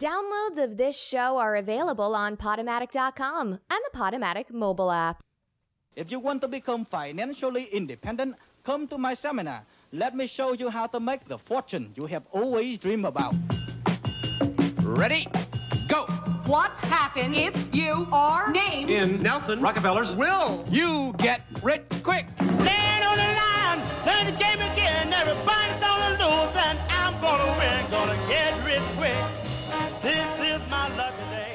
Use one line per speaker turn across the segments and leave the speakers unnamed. Downloads of this show are available on Podomatic.com and the Podomatic mobile app.
If you want to become financially independent, come to my seminar. Let me show you how to make the fortune you have always dreamed about.
Ready? Go!
What happens if you are named
In Nelson Rockefeller's will, you get rich quick.
Land on the line, play the game again. Everybody's gonna lose, and I'm gonna win. Gonna get rich quick. This is my lucky day.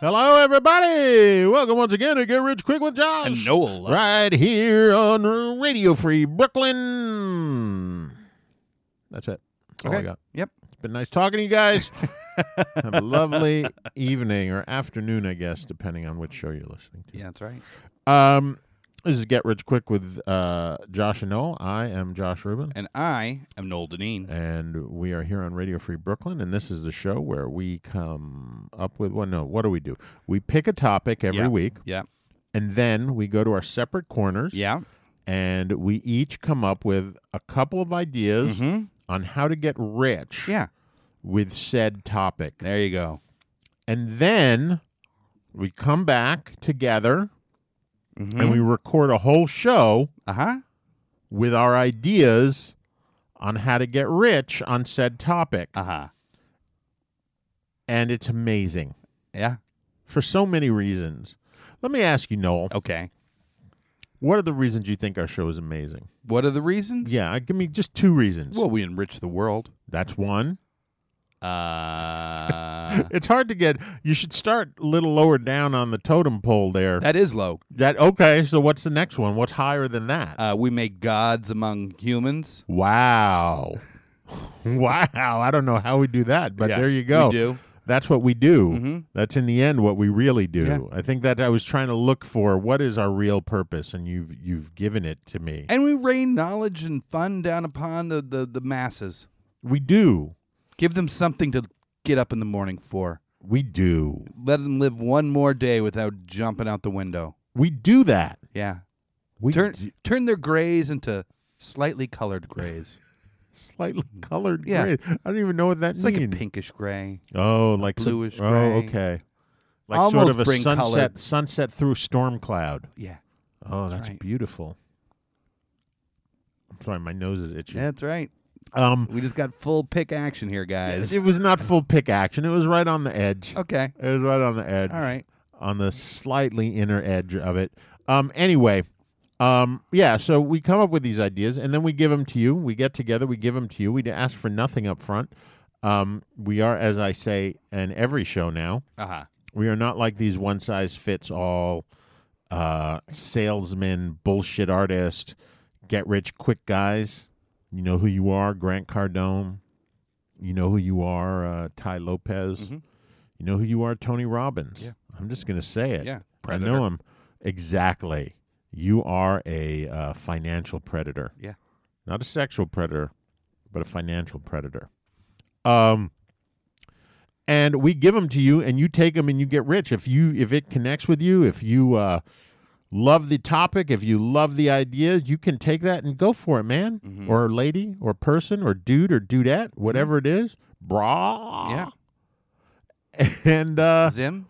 Hello, everybody. Welcome once again to Get Rich Quick with Josh
And Noel.
Right here on Radio Free Brooklyn. That's it. That's all I got.
Yep.
It's been nice talking to you guys. Have a lovely evening or afternoon, I guess, depending on which show you're listening to.
Yeah, that's right.
Um, this is Get Rich Quick with uh, Josh and Noel. I am Josh Rubin.
And I am Noel Deneen.
And we are here on Radio Free Brooklyn, and this is the show where we come up with well, no, what do we do? We pick a topic every
Yeah.
week,
Yeah.
and then we go to our separate corners,
Yeah.
and we each come up with a couple of ideas on how to get rich
Mm-hmm. Yeah.
with said topic,
There you go.
and then we come back together and we
Mm-hmm.
record a whole show
Uh huh.
with our ideas on how to get rich on said topic.
Uh huh.
and it's amazing
Yeah.
for so many reasons. Let me ask you, Noel,
Okay.
what are the reasons you think our show is amazing?
What are the reasons?
Yeah, give me just two reasons.
Well, we enrich the world.
That's one.
Uh,
It's hard to get. You should start a little lower down on the totem pole there. That,
that is low.
okay. So what's the next one? What's higher than that?
Uh, we make gods among humans.
wow, wow. I don't know how we do that, but
Yeah,
there you go.
we do. Mm-hmm.
That's what we do. That's in the end what we really do.
Yeah.
I think that I was trying to look for what is our real purpose, and you've you've given it to me.
And we rain knowledge and fun down upon the, the, the masses.
We do.
Give them something to get up in the morning for.
We do.
Let them live one more day without jumping out the window.
We do that.
Yeah.
We
Turn
do-
turn their grays into slightly colored grays.
slightly colored.
Yeah.
gray. I don't even know what that
It's like
means.
a pinkish gray.
Oh, like some-
bluish
Oh,
gray.
okay. Like sort
Almost
of a
bring
sunset,
colored-
sunset through storm cloud.
Yeah.
Oh, that's,
right.
beautiful. I'm sorry, my nose is itchy.
That's right.
Um,
We just got full pick action here, guys.
it was not full pick action. It was right on the edge.
Okay.
It was right on the edge.
All right.
on the slightly inner edge of it. Um, anyway, um, yeah, so we come up with these ideas and then we give them to you. We get together, we give them to you. We d- ask for nothing up front. Um, we are, as I say, in every show now,
Uh huh.
we are not like these one size fits all uh, salesman, bullshit artist, get rich quick guys. You know who you are, Grant Cardone. You know who you are, uh, Ty Lopez. You know who you are, Tony Robbins.
Mm-hmm. Yeah.
I'm just going to say it.
Yeah,
I
predator.
know him. Exactly. You are a uh, financial predator.
Yeah.
Not a sexual predator, but a financial predator. Um, and we give them to you, and you take them, and you get rich. If you if it connects with you, if you uh, love the topic, if you love the ideas, you can take that and go for it, man, or lady, or person, or dude, or dudette, whatever it is, brah. Yeah. And uh,
Zim.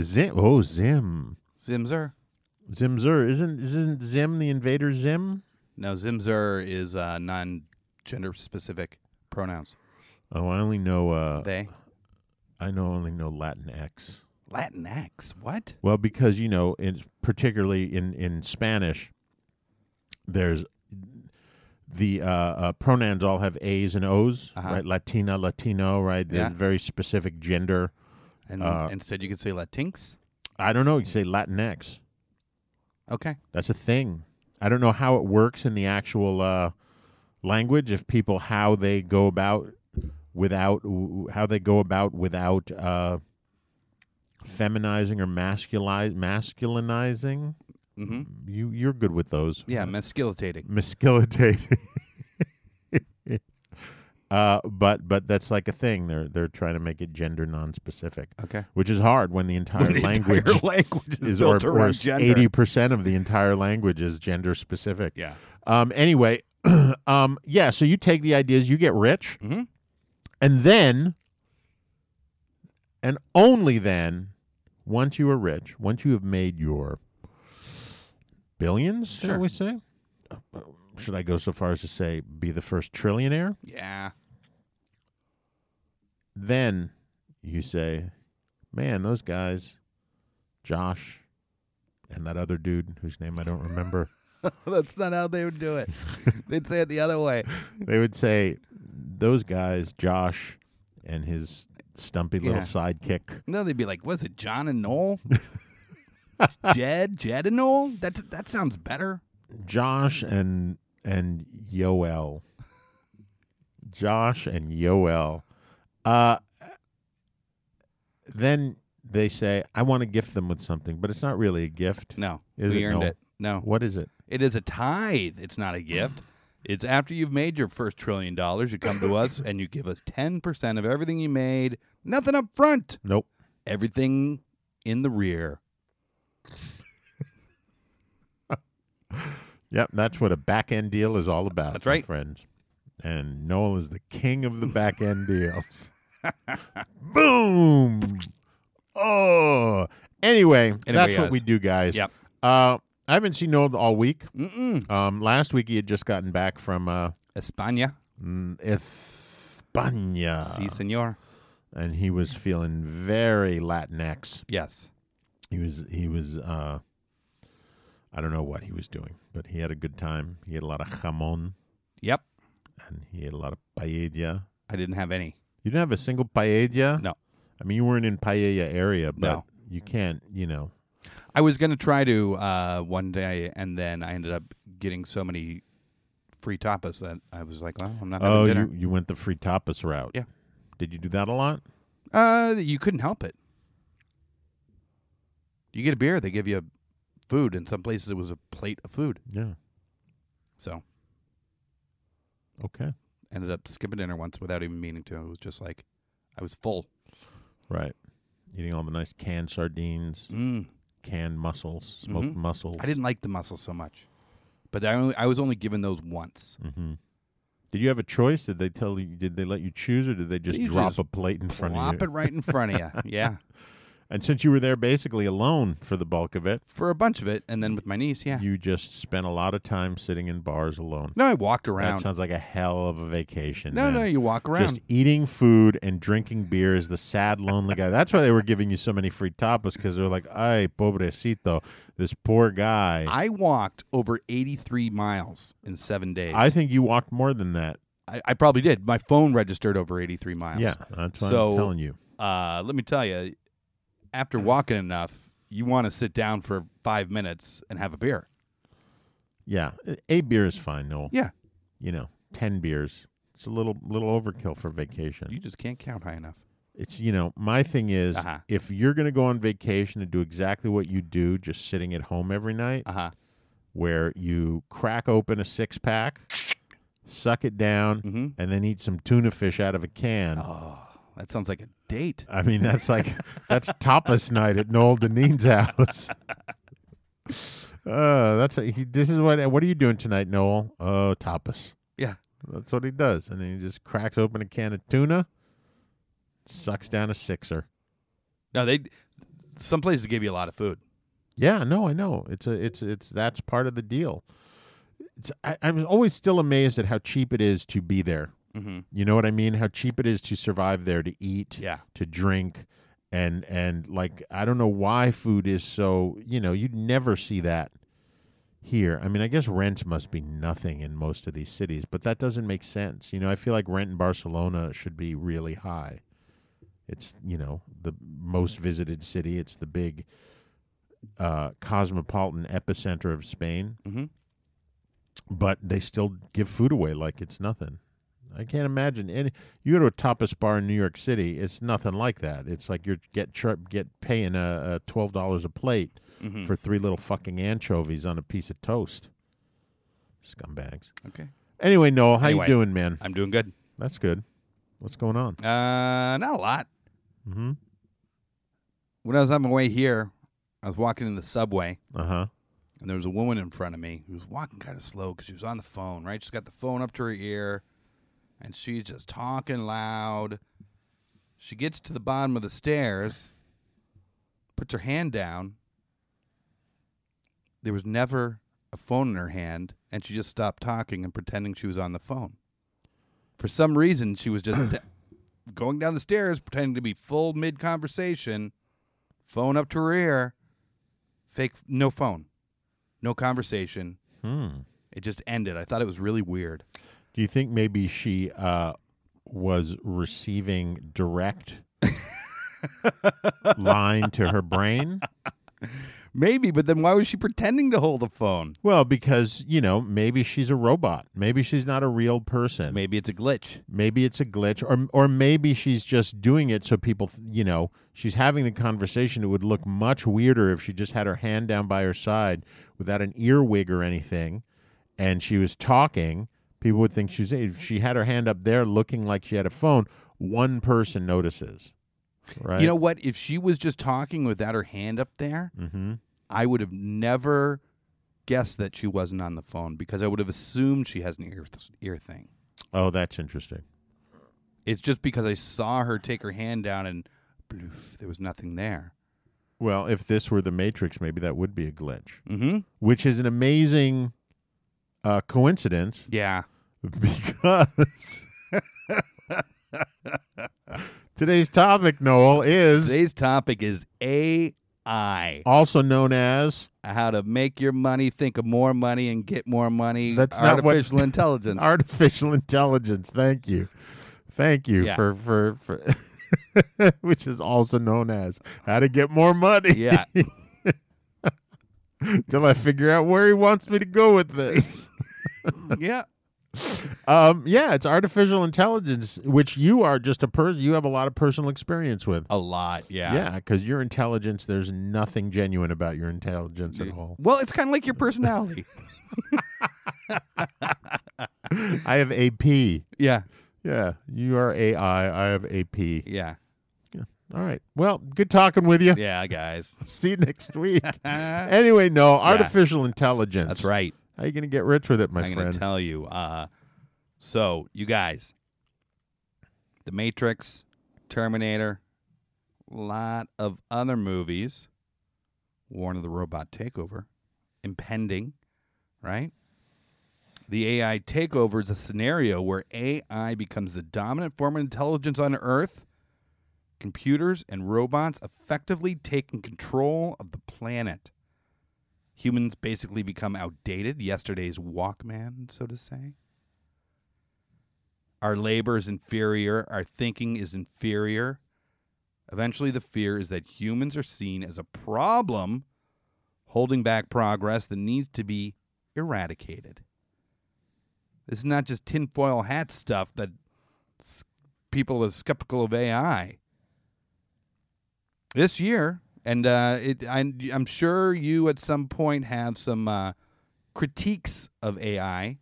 Zim, oh Zim,
Zimzer.
Zimzer isn't isn't Zim the invader Zim?
No, Zimzer is uh, non gender specific pronouns.
Oh, I only know uh,
They.
I know only know Latin X.
Latinx. What?
Well, because you know, in, particularly in in Spanish, there's the uh, uh, pronouns all have A's and O's,
Uh-huh.
right? Latina, Latino, right? There's
Yeah.
very specific gender.
And
Uh,
instead, you could say Latinx.
I don't know. You say Latinx.
Okay.
That's a thing. I don't know how it works in the actual uh, language. If people how they go about without how they go about without uh, feminizing or masculize, masculinizing.
Mm-hmm.
You you're good with those.
Yeah, masculitating.
Masculinating. uh, but but that's like a thing. They're they're trying to make it gender non-specific,
Okay.
which is hard when the entire
The
language
entire language is,
is or
built around gender.
eighty percent of the entire language is gender specific.
Yeah.
Um. Anyway. um. Yeah. So you take the ideas, you get rich,
Mhm.
And then, and only then, once you are rich, once you have made your billions, shall
Sure.
we say? Should I go so far as to say be the first trillionaire?
Yeah.
Then you say, man, those guys, Josh and that other dude whose name I don't remember.
That's not how they would do it. They'd say it the other way.
they would say those guys, Josh and his stumpy little
Yeah.
sidekick.
No, they'd be like, "Was it John and Noel? Jed, Jed and Noel? That that sounds better."
Josh and and Yoel. Josh and Yoel. Uh then they say, I want to gift them with something, but it's not really a gift.
No,
Is
we
it?
earned
No.
it. No,
What is it?
it is a tithe. It's not a gift. It's after you've made your first trillion dollars, you come to us and you give us ten percent of everything you made. Nothing up front.
Nope.
Everything in the rear.
Yep, that's what a back end deal is all about.
That's
my
right.
friends. And Noel is the king of the back end deals. Boom. Oh. Anyway, that's what
guys.
we do, guys.
Yep.
Uh, I haven't seen Noel all week.
Mm-mm.
Um, last week he had just gotten back from uh,
España,
mm, España,
sí, señor.
and he was feeling very Latinx.
Yes.
He was he was uh, I don't know what he was doing, but he had a good time. He had a lot of jamon.
Yep.
and he ate a lot of paella.
I didn't have any.
You didn't have a single paella.
No.
I mean you weren't in paella area, but
No.
you can't. You know,
I was gonna try to uh, one day, and then I ended up getting so many free tapas that I was like, "Well, I'm not having
oh,
dinner."
you you went the free tapas route.
Yeah.
Did you do that a lot?
Uh, you couldn't help it. You get a beer, they give you food. In some places, it was a plate of food.
Yeah.
So
Okay.
ended up skipping dinner once without even meaning to. It was just like I was full.
Right. Eating all the nice canned sardines,
Mm.
canned mussels, smoked
Mhm.
mussels.
I didn't like the mussel so much, but I only I was only given those once.
Mm-hmm. Did you have a choice? Did they tell you? Did they let you choose, or did they just
You
drop
just
a plate in front
Plop
of you?
it right in front of you. Yeah,
And since you were there basically alone for the bulk of it,
for a bunch of it, and then with my niece. Yeah.
you just spent a lot of time sitting in bars alone.
no, I walked
That
around.
sounds like a hell of a vacation.
No,
man.
no, you walk around.
Just eating food and drinking beer is the sad, lonely guy. That's why they were giving you so many free tapas because they're like, "Ay, pobrecito, this poor guy." I,
I walked over 83 miles in seven days.
think you walked more than that.
I, I probably did. My phone registered over 83 miles.
Yeah, that's what
So-
I'm telling you.
Uh, let me tell you, after walking enough, you want to sit down for five minutes and have a beer.
Yeah, a- a beer is fine, Noel.
Yeah.
You know, ten beers. It's a little little overkill for vacation.
You just can't count high enough.
It's you know, my thing is
Uh-huh.
if you're going to go on vacation and do exactly what you do, just sitting at home every night.
Uh huh.
where you crack open a six pack, suck it down,
Mhm.
and then eat some tuna fish out of a can.
Oh, that sounds like a date.
I mean, that's like that's tapas night at Noel Deneen's house. Uh, that's a, he, this is what. What are you doing tonight, Noel? Oh, tapas.
Yeah.
That's what he does, and then he just cracks open a can of tuna, sucks down a sixer.
No, they. Some places give you a lot of food.
Yeah, no, I know. It's a, it's, it's that's part of the deal. It's, I, I'm always still amazed at how cheap it is to be there.
Mhm.
You know what I mean? How cheap it is to survive there, to eat,
Yeah.
to drink, and and like I don't know why food is so. You know, you'd never see that here. I mean, I guess rent must be nothing in most of these cities, but that doesn't make sense. You know, I feel like rent in Barcelona should be really high. It's you know the most visited city. It's the big uh, cosmopolitan epicenter of Spain,
Mhm.
but they still give food away like it's nothing. I can't imagine any. You go to a tapas bar in New York City, it's nothing like that. It's like you're get char- get paying uh, uh, twelve dollars a plate for three little fucking anchovies on a piece of toast. Scumbags.
Okay.
Anyway, Noel, how
Anyway.
you doing, man?
I'm doing good.
That's good. What's going on?
Uh, not a lot.
Mm-hmm.
When I was on my way here, I was walking in the subway.
Uh huh.
and there was a woman in front of me who was walking kind of slow because she was on the phone, right? She's got the phone up to her ear, and she's just talking loud. She gets to the bottom of the stairs, puts her hand down. There was never a phone in her hand, and she just stopped talking and pretending she was on the phone. For some reason, she was just da- going down the stairs, pretending to be full mid conversation, phone up to her ear, fake, no phone, no conversation. It just ended. I thought it was really weird.
Do you think maybe she uh, was receiving direct line to her brain?
Maybe, but then why was she pretending to hold a phone?
Well, because, you know, maybe she's a robot. Maybe she's not a real person.
Maybe it's a glitch.
Maybe it's a glitch or or maybe she's just doing it so people, th- you know, she's having the conversation it would look much weirder if she just had her hand down by her side without an earwig or anything and she was talking, people would think she's if she had her hand up there looking like she had a phone, one person notices. Right?
You know what? If she was just talking without her hand up there,
Mhm.
I would have never guessed that she wasn't on the phone because I would have assumed she has an ear, th- ear thing.
Oh, that's interesting.
It's just because I saw her take her hand down and bloof, there was nothing there.
Well, if this were the Matrix, maybe that would be a glitch,
Mm-hmm.
which is an amazing uh, coincidence
Yeah.
because today's topic, Noel, is
Today's topic is AI.
also known as
How to make your money think of more money and get more money.
That's not what-
artificial intelligence.
artificial intelligence. Thank you, thank you
Yeah.
for for for. Which is also known as how to get more money.
yeah.
Till I figure out where he wants me to go with this.
yeah.
Um, yeah, it's artificial intelligence, which you are just a person. You have a lot of personal experience with.
A lot. Oh, Yeah.
Yeah, because your intelligence, there's nothing genuine about your intelligence at all.
Well, it's kind of like your personality.
I have AP.
yeah.
Yeah, you are AI. I have AP.
Yeah.
All right. Well, good talking with you.
Yeah, guys.
See you next week. anyway, no artificial intelligence.
That's right.
How you gonna get rich with it, my
I'm going
friend?
to tell you. Uh, so, you guys, The Matrix, Terminator, lot of other movies, Warn of the Robot Takeover, impending, right? The AI takeover is a scenario where AI becomes the dominant form of intelligence on Earth, computers and robots effectively taking control of the planet. Humans basically become outdated, yesterday's Walkman, so to say. Our labor is inferior, our thinking is inferior. Eventually, the fear is that humans are seen as a problem holding back progress that needs to be eradicated. This is not just tinfoil hat stuff that s- people are skeptical of AI this year, and uh, it, I, I'm sure you at some point have some uh, critiques of AI,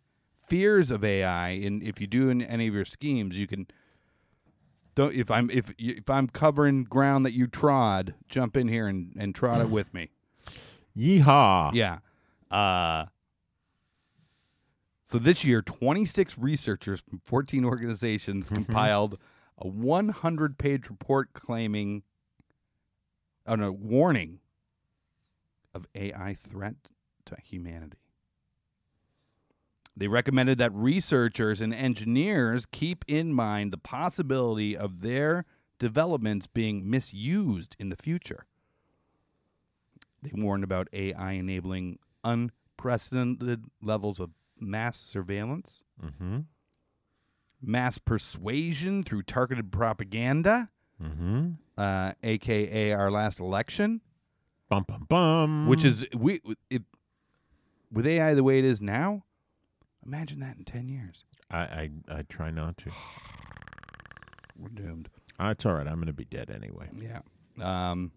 fears of AI, and if you do in any of your schemes, you can. Don't if I'm if you- if I'm covering ground that you trod, jump in here and and trod it with me.
Yeehaw!
Yeah. Uh, so this year, 26 researchers from 14 organizations compiled a 100 page report claiming, oh no, warning of AI threat to humanity. They recommended that researchers and engineers keep in mind the possibility of their developments being misused in the future. They warned about AI enabling unprecedented levels of mass surveillance,
Mm-hmm.
mass persuasion through targeted propaganda,
Mm-hmm.
uh, aka our last election,
Bum bum bum.
which is we it, with AI the way it is now. Imagine that in ten years,
I I, I try not to.
we're doomed.
Ah, it's all right. I'm gonna be dead anyway.
Yeah. Um,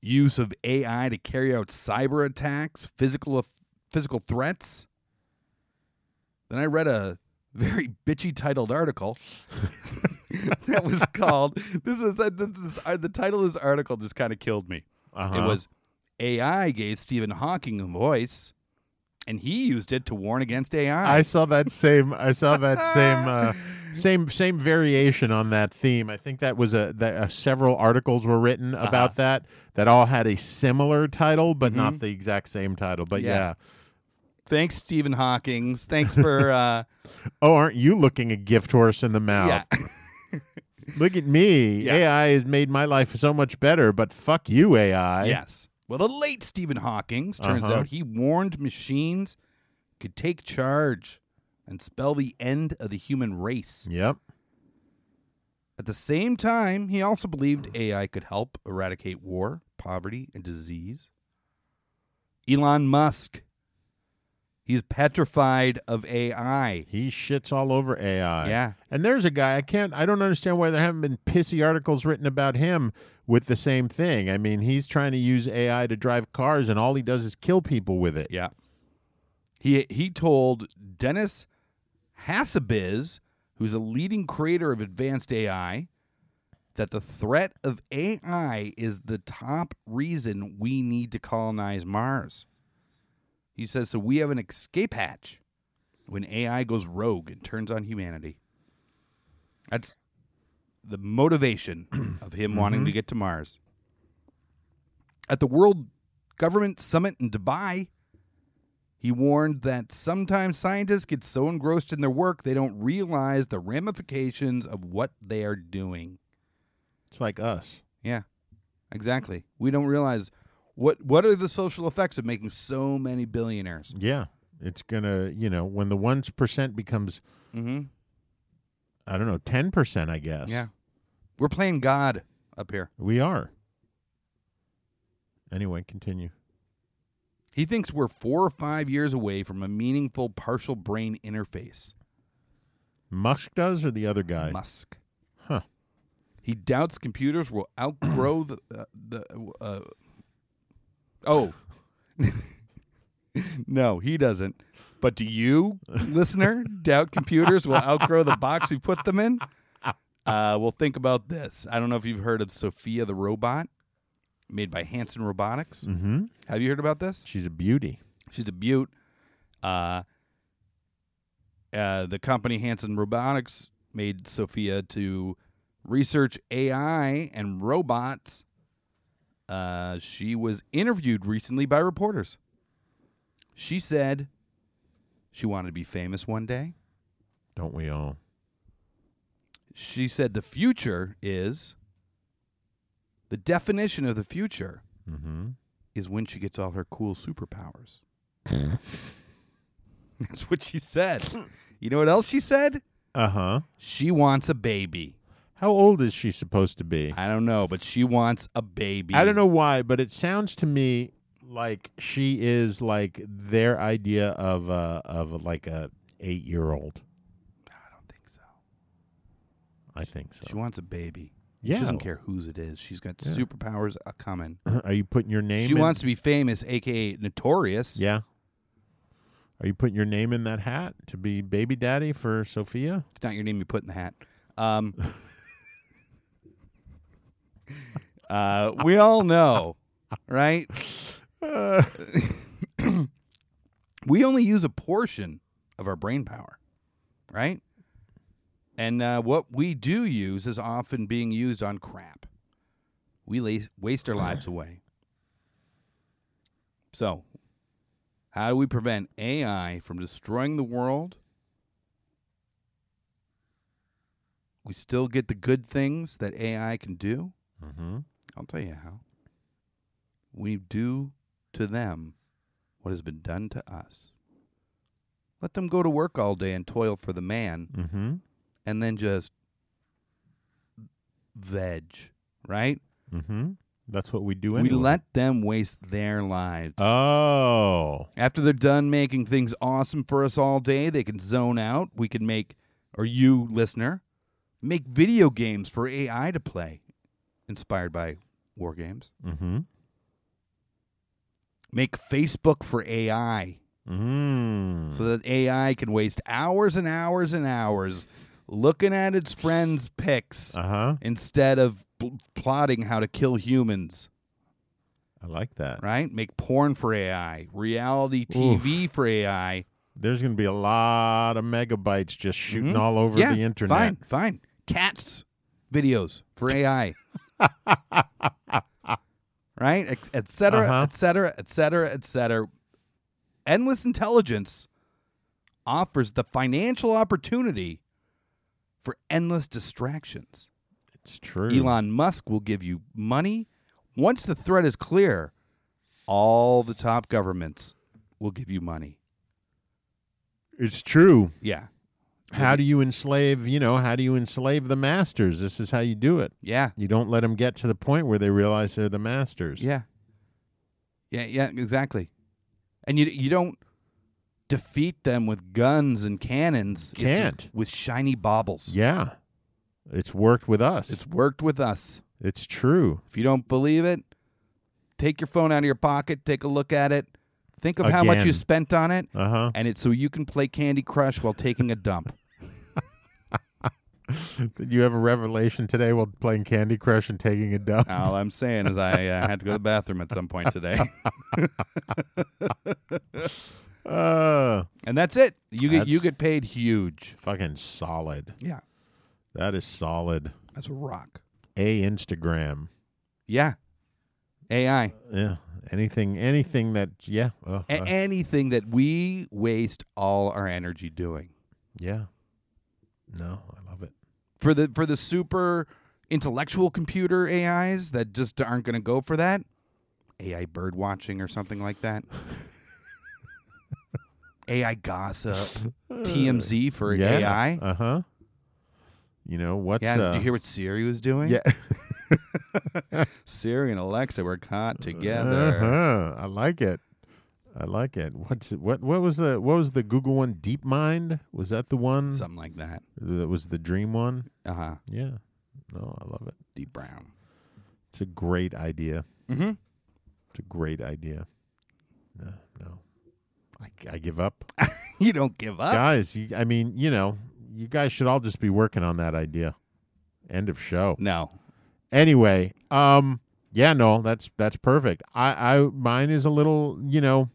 use of AI to carry out cyber attacks, physical physical threats. Then I read a very bitchy titled article that was called. This is uh, this is- uh, the title of this article just kind of killed me.
Uh-huh.
It was AI gave Stephen Hawking a voice, and he used it to warn against AI.
I saw that same. I saw that same. Uh, same same variation on that theme. I think that was a that, uh, several articles were written
Uh-huh.
about that that all had a similar title, but not the exact same title. But
Mm-hmm. Yeah.
yeah.
Thanks, Stephen Hawking's. Thanks for uh,
Oh, aren't you looking a gift horse in the mouth?
yeah.
Look at me.
Yeah.
AI has made my life so much better, but fuck you, AI.
Yes. Well, the late Stephen Hawking turns
Uh-huh.
out he warned machines could take charge and spell the end of the human race.
Yep.
At the same time, he also believed AI could help eradicate war, poverty, and disease. Elon Musk. He's petrified of AI.
He shits all over AI.
Yeah.
And there's a guy I can't I don't understand why there haven't been pissy articles written about him with the same thing. I mean, he's trying to use AI to drive cars and all he does is kill people with it.
Yeah. He he told Dennis Hasabiz, who's a leading creator of advanced AI, that the threat of AI is the top reason we need to colonize Mars. He says so we have an escape hatch when AI goes rogue and turns on humanity. That's the motivation of him wanting to get to Mars. At the World Government Summit in Dubai, he warned that sometimes scientists get so engrossed in their work they don't realize the ramifications of what they are doing.
It's like us.
Yeah, exactly. We don't realize what what are the social effects of making so many billionaires.
Yeah. It's going to, you know, when the 1% becomes
Mm-hmm.
I don't know, 10%, I guess.
Yeah, we're playing God up here.
We are. Anyway, continue.
He thinks we're four or five years away from a meaningful partial brain interface.
Musk does or the other guy?
Musk.
Huh.
He doubts computers will outgrow the uh, the. Uh, oh. no, he doesn't. But do you, listener, doubt computers will outgrow the box we put them in? Uh, well, think about this. I don't know if you've heard of Sophia the robot, made by Hanson Robotics.
Mm-hmm.
Have you heard about this?
She's a beauty.
She's a beaut. Uh, uh, the company Hanson Robotics made Sophia to research AI and robots. Uh, she was interviewed recently by reporters. She said she wanted to be famous one day.
Don't we all?
She said the future is the definition of the future
Mm-hmm.
is when she gets all her cool superpowers. That's what she said. You know what else she said?
Uh
Uh-huh.
huh.
She wants a baby.
How old is she supposed to be?
I don't know, but she wants a baby.
I don't know why, but it sounds to me like she is like their idea of a, of like a eight year old.
I don't think so.
I think so.
She wants a baby.
Yeah.
She doesn't care whose it is. She's got superpowers a coming.
Are you putting your name?
She
in?
wants to be famous, aka notorious.
Yeah. Are you putting your name in that hat to be baby daddy for Sophia?
It's not your name you put in the hat. Um, uh, we all know, right? we only use a portion of our brain power, right? And uh, what we do use is often being used on crap. We la- waste our lives away. So, how do we prevent AI from destroying the world? We still get the good things that AI can do.
Mm-hmm.
I'll tell you how. We do to them what has been done to us. Let them go to work all day and toil for the man
Mm-hmm.
and then just veg, right?
Mm-hmm. That's what we do
We
anyway.
let them waste their lives.
Oh.
After they're done making things awesome for us all day, they can zone out. We can make, or you, listener, make video games for AI to play, inspired by war games.
Mm-hmm.
Make Facebook for AI
Mm.
so that AI can waste hours and hours and hours looking at its friends' pics
Uh huh.
instead of pl- plotting how to kill humans.
I like that.
right? Make porn for AI, reality TV for AI.
There's going to be a lot of megabytes just shooting
Mhm.
all over
yeah,
the internet.
Fine, fine. Cats videos for AI. right? Et, et cetera,
Uh-huh.
et cetera, et cetera, et cetera. Endless intelligence offers the financial opportunity for endless distractions.
It's true.
Elon Musk will give you money. Once the threat is clear, all the top governments will give you money.
It's true.
Yeah.
How do you enslave, you know, how do you enslave the masters? This is how you do it.
Yeah.
You don't let them get to the point where they realize they're the masters.
Yeah. Yeah, yeah, exactly. And you you don't defeat them with guns and cannons. It's
Can't.
with shiny baubles.
Yeah. It's worked with us.
It's worked with us.
it's true.
If you don't believe it, take your phone out of your pocket, take a look at it, think of how much you
Again.
spent on it,
Uh-huh.
and it's so you can play Candy Crush while taking a dump.
Did you have a revelation today while playing Candy Crush and taking a dump?
All I'm saying is I uh, had to go to the bathroom at some point today,
Uh,
and that's it. You get you
That's-
get paid huge.
fucking solid.
Yeah,
That is solid.
that's a rock.
A Instagram.
Yeah, AI.
Yeah. Anything anything that yeah. Uh,
A-
uh,
anything that we waste all our energy doing
yeah. No, I love it.
for the for the super intellectual computer AIs that just aren't going to go for that AI bird watching or something like that. AI gossip, TMZ for
yeah.
AI.
Uh-huh. You know what's
yeah,
uh,
did you hear what Siri was doing?
Yeah.
Siri and Alexa were caught together.
uh-huh. I like it. I like it. What's it, what what was the what was the Google one DeepMind? Was that the one
Something like that.
that was the dream one?
Uh huh.
Yeah. No, I love it.
Deep Brown.
It's a great idea.
Mm-hmm.
It's a great idea. No, no. I, I give up.
You don't give up.
guys, you, I mean, you know, you guys should all just be working on that idea. End of show.
No.
Anyway, um, yeah, no, that's that's perfect. I, I mine is a little, you know.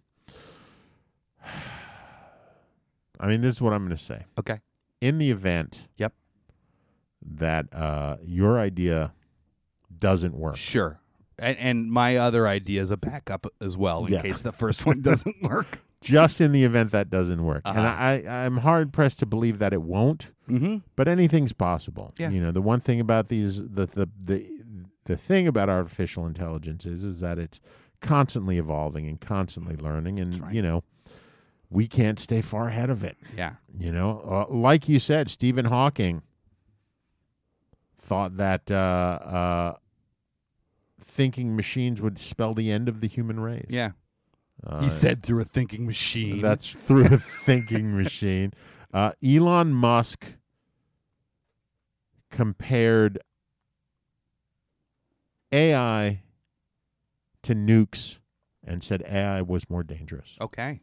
I mean, this is what I'm going to say.
Okay.
In the event,
Yep.
that uh, your idea doesn't work,
Sure. And, and my other idea is a backup as well in
Yeah.
case the first one doesn't work.
just in the event that doesn't work, and
Uh-huh.
I, I'm hard pressed to believe that it won't.
Mm-hmm.
but anything's possible.
Yeah.
You know, the one thing about these the the the the thing about artificial intelligence is is that it's constantly evolving and constantly learning and
right.
you know, we can't stay far ahead of it,
Yeah.
you know. Uh, like you said, Stephen Hawking thought that uh uh thinking machines would spell the end of the human race.
Yeah.
Uh,
he said through a thinking machine.
that's through a thinking machine. Uh, Elon Musk compared AI to nukes and said AI was more dangerous.
okay.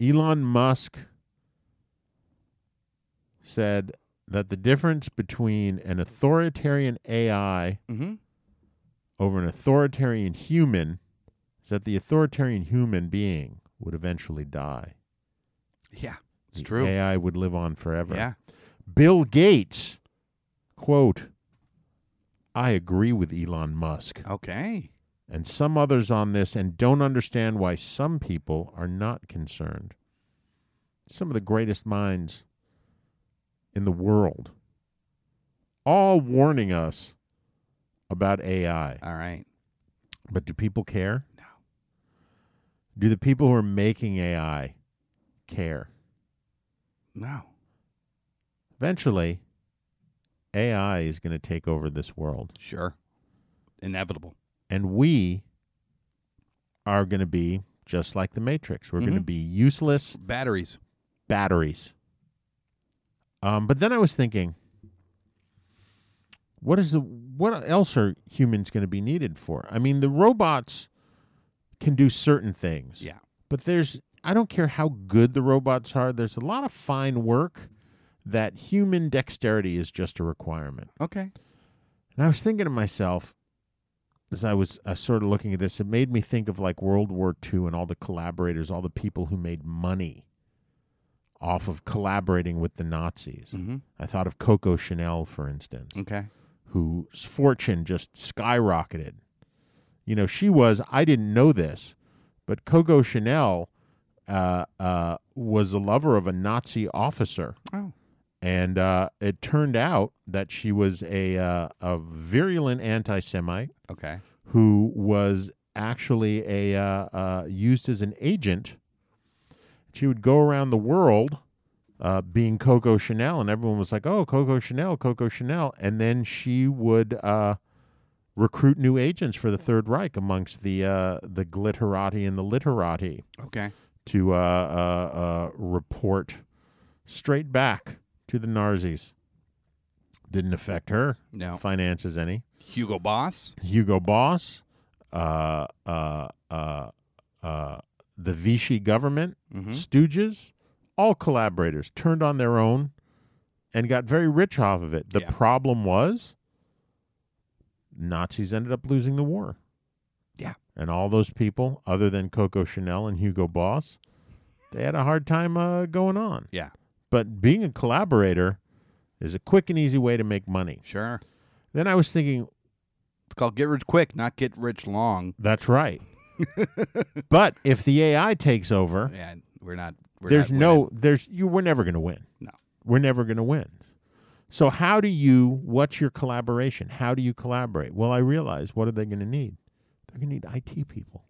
Elon Musk said that the difference between an authoritarian AI
Mm-hmm.
over an authoritarian human is that the authoritarian human being would eventually die.
Yeah. It's
the
true.
AI would live on forever.
Yeah.
Bill Gates, quote, I agree with Elon Musk
Okay.
and some others on this and don't understand why some people are not concerned. Some of the greatest minds in the world, all warning us about AI.
All right.
But do people care?
No.
Do the people who are making AI care?
No.
Eventually, AI is going to take over this world,
Sure. Inevitable.
and we are going to be just like the Matrix. We're going to
Mhm.
be useless
Batteries.
batteries. Um, but then I was thinking, what is the what else are humans going to be needed for? I mean, the robots can do certain things.
Yeah.
But there's, I don't care how good the robots are, there's a lot of fine work that human dexterity is just a requirement.
Okay.
And I was thinking to myself, as I was uh, sort of looking at this, it made me think of like World War II and all the collaborators, all the people who made money off of collaborating with the Nazis. I thought of Coco Chanel, for instance,
Okay.
whose fortune just skyrocketed. You know, she was, I didn't know this, but Coco Chanel uh, uh, was a lover of a Nazi officer
Oh.
and uh, it turned out that she was a uh, a virulent anti-Semite
Okay.
who was actually a uh, uh, used as an agent. She would go around the world uh, being Coco Chanel, and everyone was like, "Oh, Coco Chanel, Coco Chanel," and then she would. Uh, Recruit new agents for the Third Reich amongst the uh, the glitterati and the literati
Okay.
to uh, uh, uh, report straight back to the Nazis. Didn't affect her
No.
finances any.
Hugo Boss.
Hugo Boss, uh, uh, uh, uh, the Vichy government,
Mm-hmm.
Stooges, all collaborators turned on their own and got very rich off of it. The
Yeah.
problem was Nazis ended up losing the war.
Yeah.
And all those people, other than Coco Chanel and Hugo Boss, they had a hard time uh, going on.
Yeah.
But being a collaborator is a quick and easy way to make money.
Sure.
Then I was thinking,
It's called Get Rich Quick, not Get Rich Long.
That's right. but if the AI takes over,
And we're not. We're
there's
not
no
winning.
there's you we're never going to win.
No.
We're never going to win. So how do you what's your collaboration? How do you collaborate? Well, I realize what are they going to need? They're going to need IT people.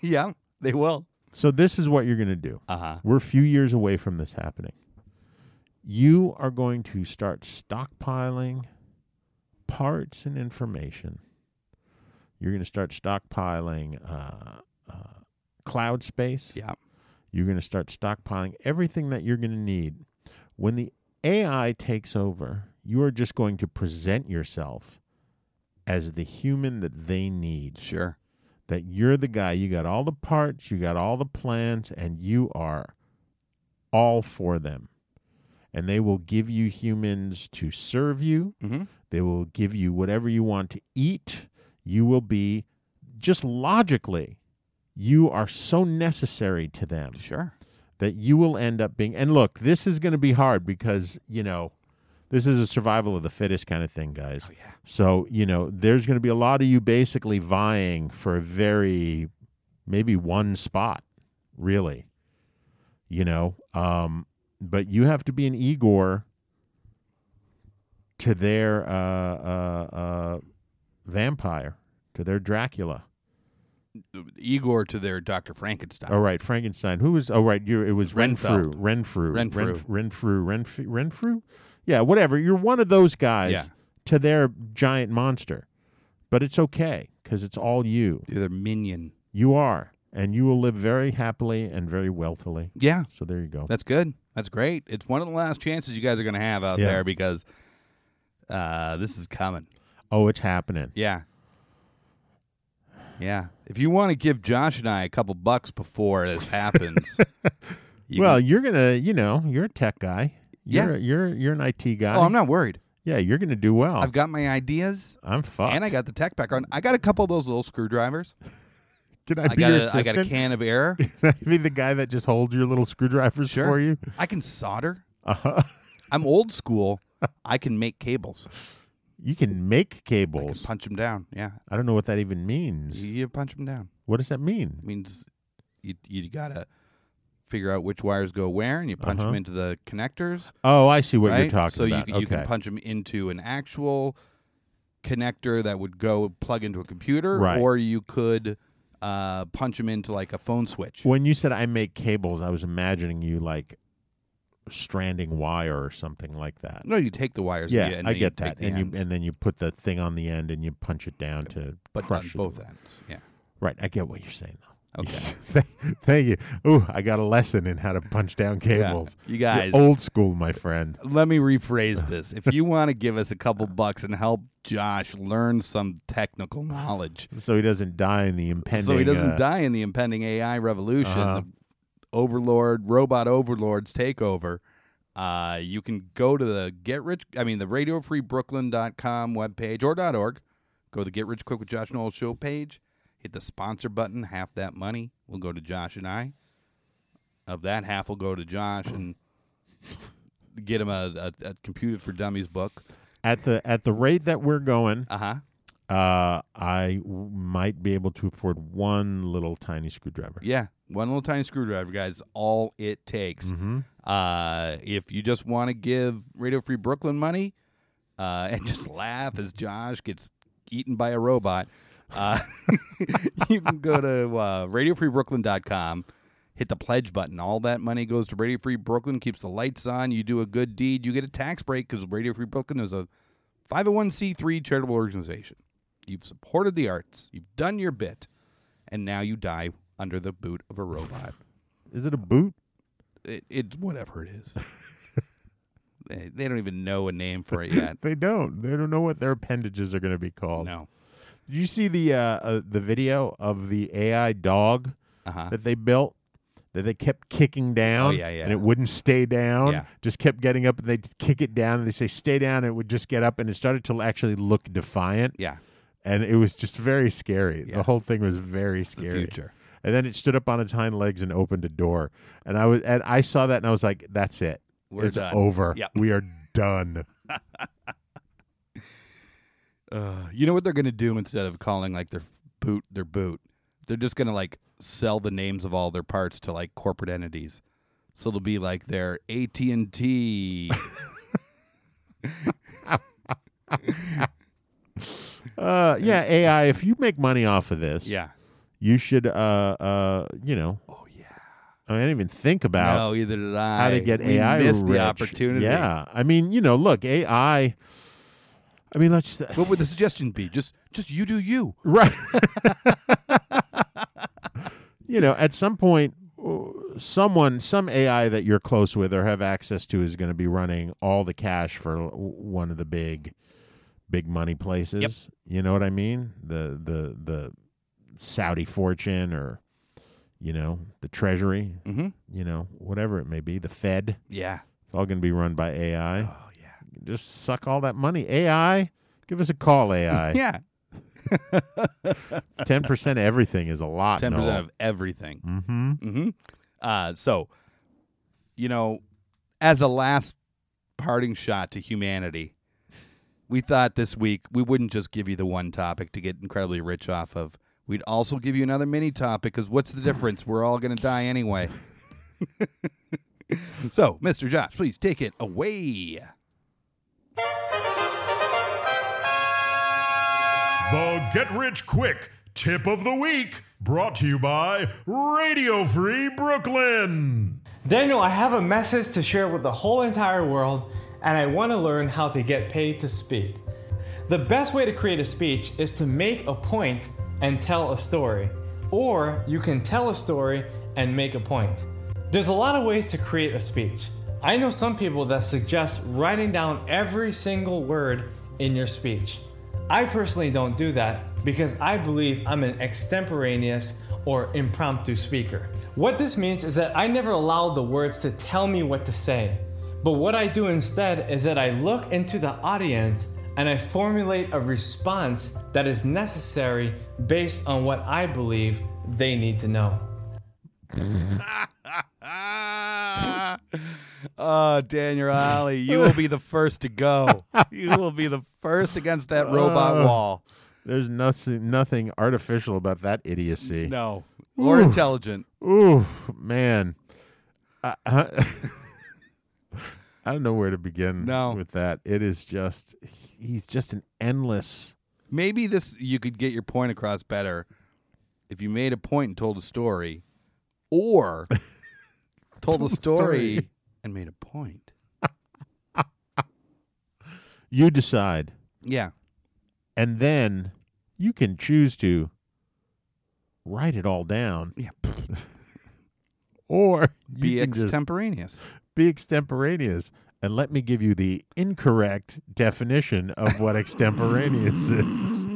Yeah, they will.
So this is what you're going to do.
Uh huh.
We're a few years away from this happening. You are going to start stockpiling parts and information. You're going to start stockpiling uh, uh, cloud space.
Yeah.
You're going to start stockpiling everything that you're going to need. When the AI takes over, you are just going to present yourself as the human that they need
Sure.
that you're the guy. You got all the parts, you got all the plans, and you are all for them. And they will give you humans to serve you.
Mhm.
They will give you whatever you want to eat. You will be just logically, you are so necessary to them
Sure.
that you will end up being. And look, this is going to be hard because, you know, this is a survival of the fittest kind of thing, guys.
Oh yeah.
So, you know, there's going to be a lot of you basically vying for a very, maybe one spot, really. You know, um, but you have to be an Igor to their uh, uh, uh, vampire, to their Dracula.
Igor to their Dr. Frankenstein.
All right, Frankenstein. Who was? Oh right, you. It was Renfrew.
Renfeld.
Renfrew.
Renfrew.
Renf- Renfrew. Renfrew. Renfrew. Yeah, whatever. You're one of those guys
Yeah.
to their giant monster, but it's okay because it's all you.
They're their minion.
You are, and you will live very happily and very wealthily.
Yeah.
So there you go.
That's good. That's great. It's one of the last chances you guys are going to have out
Yeah.
there because uh, this is coming.
oh, it's happening.
Yeah. Yeah. If you want to give Josh and I a couple bucks before this happens, you
well,
can-
you're gonna. You know, you're a tech guy.
Yeah.
You're, you're you're an IT guy.
oh, I'm not worried.
Yeah, you're gonna do well.
I've got my ideas
I'm fucked.
and I got the tech background. I got a couple of those little screwdrivers.
Can I,
I
be
got
your
a, I got a
assistant?
can of air.
Can I be the guy that just holds your little screwdrivers
Sure.
for you?
I can solder.
Uh-huh.
I'm old school. I can make cables.
You can make
I can
cables. I,
punch them down. Yeah.
don't know what that even means.
You punch them down.
What does that mean?
means you you gotta figure out which wires go where, and you punch
Uh-huh.
them into the connectors.
Oh, I see what
right?
you're talking
so
about.
you
okay.
you can punch them into an actual connector that would go plug into a computer,
Right.
or you could uh, punch them into like a phone switch.
when you said I make cables, I was imagining you like stranding wire or something like that.
No, you take the wires.
yeah,
and you, and
I
then you
get
take
that.
the
And
ends,
you and then you put the thing on the end and you punch it down to
but on
crush it.
both ends. Yeah.
Right. I get what you're saying though.
Okay.
Thank- Thank you. Ooh, I got a lesson in how to punch down cables.
You
You're
guys.
old school, my friend.
Let me rephrase this. If you want to give us a couple bucks and help Josh learn some technical knowledge,
So he doesn't die in the impending.
so he doesn't
uh,
die in the impending AI revolution,
Uh-huh.
the overlord, robot overlords takeover. Uh, you can go to the get rich, I mean, the radiofreebrooklyn.com webpage or .org. Go to the Get Rich Quick with Josh Noel show page. Hit the sponsor button. Half that money will go to Josh and I. Of that, half will go to Josh and get him a, a, a Computed for Dummies book.
At the at the rate that we're going,
Uh huh.
uh, I w- might be able to afford one little tiny screwdriver.
Yeah, one little tiny screwdriver, guys. All it takes. Uh, if you just want to give Radio Free Brooklyn money uh, and just laugh as Josh gets eaten by a robot, uh, you can go to uh, RadioFreeBrooklyn.com. Hit the pledge button. All that money goes to Radio Free Brooklyn. Keeps the lights on. You do a good deed, you get a tax break because Radio Free Brooklyn is a 501c3 charitable organization. You've supported the arts. You've done your bit and now you die under the boot of a robot.
Is it a boot?
it, it's whatever it is. they, they don't even know a name for it yet.
They don't. They don't know what their appendages are going to be called.
No.
Did you see the uh, uh, the video of the AI dog
Uh-huh.
that they built that they kept kicking down?
Oh, yeah, yeah.
And it wouldn't stay down.
Yeah.
Just kept getting up, and they would kick it down, and they say stay down, and it would just get up, and it started to actually look defiant.
Yeah.
And it was just very scary.
Yeah.
The whole thing was very scary.
future.
And then it stood up on its hind legs and opened a door. And I was and I saw that and I was like, that's it.
We're
it's
done."
over.
Yep.
We are done.
Uh, you know what they're going to do instead of calling like their f- boot their boot? They're just going to like sell the names of all their parts to like corporate entities. So it'll be like their AT&T
Uh, yeah, AI, if you make money off of this,
Yeah.
you should uh uh you know
Oh yeah.
I, mean, I didn't even think about
No, either did I.
how to get
we
AI
missed
rich.
the opportunity.
Yeah. I mean, you know, look, AI I mean, let's
What would the suggestion be? Just just you do you.
Right. you know, at some point, uh, someone, some AI that you're close with or have access to is going to be running all the cash for l- one of the big, big money places. You know what I mean? The the the Saudi fortune or, you know, the Treasury.
Mhm.
You know, whatever it may be, the Fed.
Yeah.
It's all going to be run by AI.
Oh yeah.
Just suck all that money, AI. Give us a call, AI.
Yeah.
Ten percent everything is a lot.
Ten percent
Noel.
of everything.
Mm-hmm.
Mm-hmm. Uh, so, you know, as a last parting shot to humanity, we thought this week we wouldn't just give you the one topic to get incredibly rich off of. We'd also give you another mini topic because what's the difference? We're all going to die anyway. so, Mr. Josh, please take it away.
The Get Rich Quick Tip of the Week, brought to you by Radio Free Brooklyn.
Daniel, I have a message to share with the whole entire world, and I want to learn how to get paid to speak. The best way to create a speech is to make a point and tell a story, or you can tell a story and make a point. There's a lot of ways to create a speech. I know some people that suggest writing down every single word in your speech. I personally don't do that because I believe I'm an extemporaneous or impromptu speaker. What this means is that I never allow the words to tell me what to say. But what I do instead is that I look into the audience and I formulate a response that is necessary based on what I believe they need to know.
Oh, Ah, Daniel Alley, you will be the first to go. Oh. You will be the first against that robot wall.
There's nothing nothing artificial about that idiocy.
No. Or intelligent.
Oof, man. I, I, I don't know where to begin
No.
with that. It is just he's just an endless
Maybe this you could get your point across better if you made a point and told a story, or told a story and made a point.
you decide.
Yeah,
And then you can choose to write it all down.
Yeah.
or you
be
can just
extemporaneous.
be extemporaneous. And let me give you the incorrect definition of what extemporaneous is.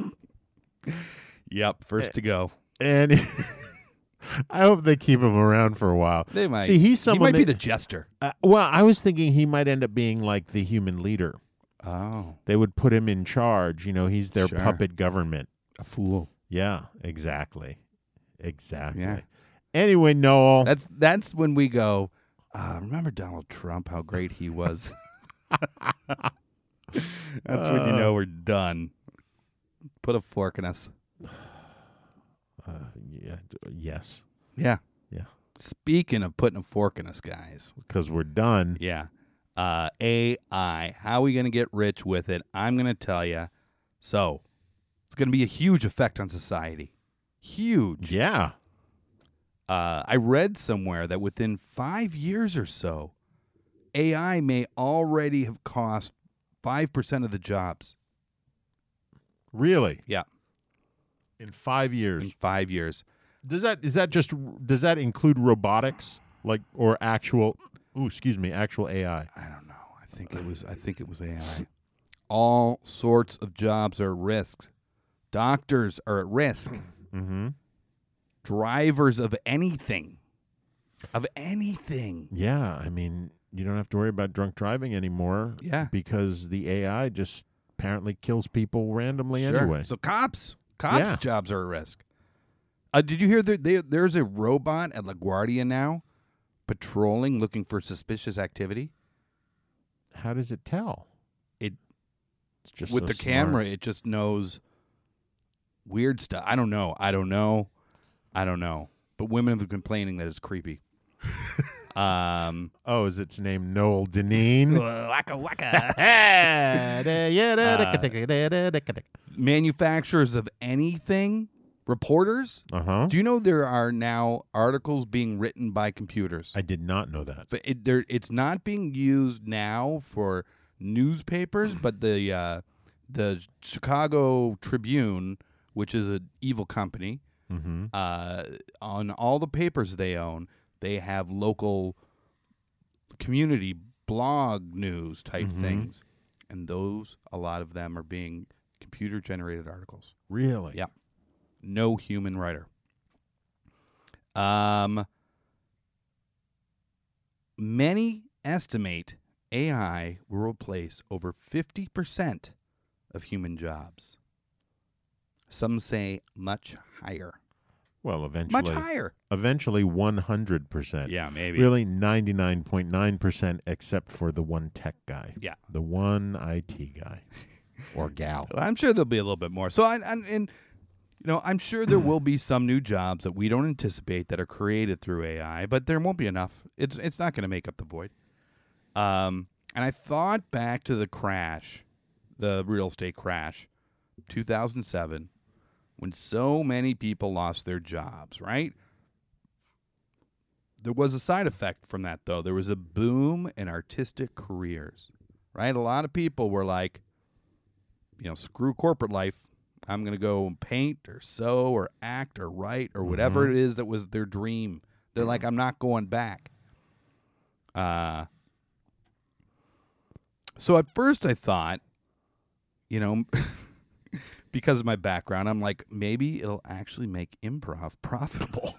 Yep, first to go.
And I hope they keep him around for a while.
They might
see he's
He
someone.
might be the
that-
jester.
uh, well, I was thinking he might end up being like the human leader
Oh,
They would put him in charge. You know, he's their
Sure.
puppet government.
a fool.
Yeah, exactly. Exactly. Anyway, Noel.
That's that's when we go. Uh, remember Donald Trump? How great he was. that's when you know we're done. Uh. Put a fork in us.
Uh, yeah, d- yes.
Yeah.
Yeah.
Speaking of putting a fork in us, guys.
Because we're done.
Yeah. Uh, AI. How are we going to get rich with it? I'm going to tell you. So, it's going to be a huge effect on society. Huge.
Yeah.
Uh, I read somewhere that within five years or so, AI may already have cost 5% of the jobs.
Really?
Yeah.
In five years.
In five years.
Does that is that just does that include robotics like or actual? Ooh, excuse me, actual AI.
I don't know. I think it was. I think it was AI. All sorts of jobs are at risk. Doctors are at risk.
Mm-hmm.
Drivers of anything, of anything.
Yeah, I mean, you don't have to worry about drunk driving anymore.
Yeah.
because the AI just apparently kills people randomly
Sure.
anyway.
So cops, cops'
Yeah.
jobs are at risk. Uh, did you hear that there, there's a robot at LaGuardia now, patrolling, looking for suspicious activity?
How does it tell?
It
It's just
with
so
the
smart.
camera, it just knows weird stuff. I don't know. I don't know. I don't know. But women have been complaining that it's creepy. um,
Oh, is its name Noel Deneen?
waka waka.
uh
Manufacturers of anything, reporters.
huh.
Do you know there are now articles being written by computers?
I did not know that.
but it, there, it's not being used now for newspapers, but the uh, the Chicago Tribune, which is an evil company,
Mm-hmm.
uh, on all the papers they own, they have local community blog news type things, and those a lot of them are being computer generated articles.
Really?
Yeah. No human writer. Um, many estimate AI will replace over 50% of human jobs. Some say much higher.
Well, eventually,
Much higher.
eventually, one hundred percent.
Yeah, maybe.
Really, ninety nine point nine percent, except for the one tech guy.
Yeah.
the one IT guy or gal.
Well, I'm sure there'll be a little bit more. So, I, I, and you know, I'm sure there will be some new jobs that we don't anticipate that are created through AI, but there won't be enough. It's it's not going to make up the void. Um, and I thought back to the crash, the real estate crash, 2007, when so many people lost their jobs. Right. There was a side effect from that, though. There was a boom in artistic careers. Right. A lot of people were like, you know, screw corporate life. I'm going to go and paint or sew or act or write or whatever it is that was their dream. They're like, I'm not going back. Uh, so at first I thought, you know, because of my background, I'm like, maybe it'll actually make improv profitable.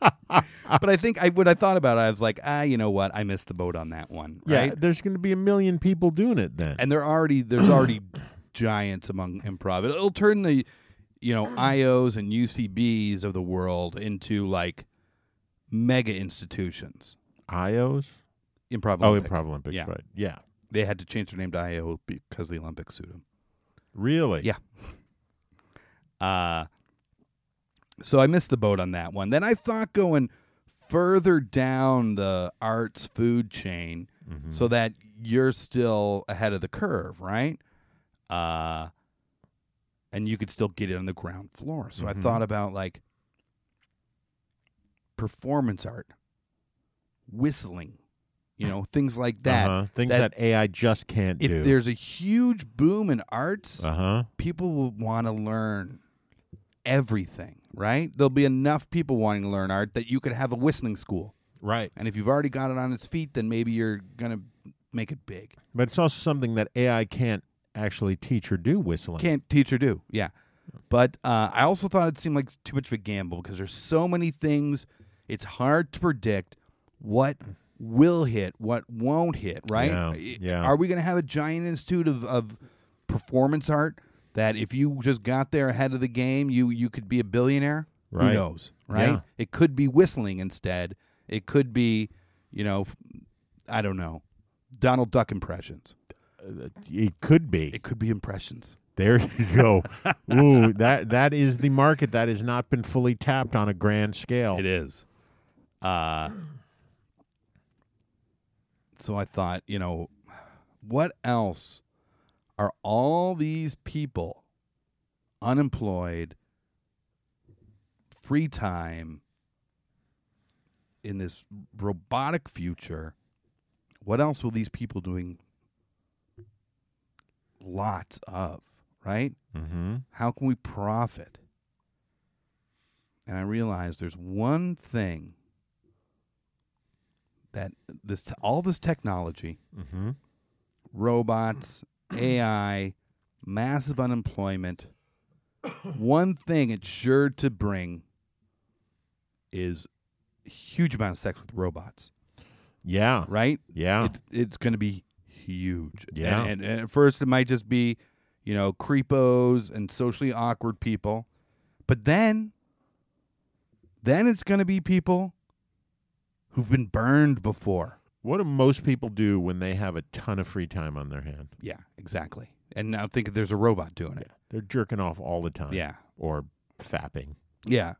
but I think I when I thought about it, I was like, ah, you know what? I missed the boat on that one. Right?
Yeah, there's going to be a million people doing it then.
and they're already there's already giants among improv. It'll, it'll turn the you know IOs and UCBs of the world into like mega institutions.
IOs.
Improv.
Oh,
Olympic.
Improv Olympics,
Yeah.
right? Yeah.
They had to change their name to IO because the Olympics sued them.
Really?
Yeah. Uh so I missed the boat on that one. Then I thought going further down the arts food chain
Mm-hmm.
so that you're still ahead of the curve, right? Uh and you could still get it on the ground floor. So
Mm-hmm.
I thought about like performance art, whistling, you know, things like that.
uh-huh. things that, AI just can't
if
do.
there's a huge boom in arts,
uh huh.
people will want to learn everything, right? There'll be enough people wanting to learn art that you could have a whistling school.
Right.
And if you've already got it on its feet, then maybe you're going to make it big.
But it's also something that AI can't actually teach or do whistling.
Can't teach or do. Yeah. But uh, I also thought it seemed like too much of a gamble because there's so many things. It's hard to predict what will hit, what won't hit, right?
Yeah,
I-
yeah.
Are we going to have a giant institute of, of performance art that if you just got there ahead of the game, you you could be a billionaire?
Right.
Who knows, right?
Yeah.
It could be whistling instead. It could be, you know, f- I don't know, Donald Duck impressions.
It could be.
It could be impressions.
There you go. Ooh, that that is the market that has not been fully tapped on a grand scale.
It is. Uh, so I thought, you know, what else are all these people unemployed, free time in this robotic future? What else will these people doing lots of, right?
Mm-hmm.
How can we profit? And I realized there's one thing that this t- all this technology,
Mm-hmm.
robots, AI, massive unemployment, one thing it's sure to bring is huge amount of sex with robots,
Yeah.
right?
Yeah.
It's, it's going to be huge.
Yeah.
And, and, and at first, it might just be, you know, creepos and socially awkward people. But then, then it's going to be people who've been burned before.
What do most people do when they have a ton of free time on their hand?
Yeah, exactly. And now think if there's a robot doing it.
They're jerking off all the time.
Yeah.
Or fapping.
Yeah.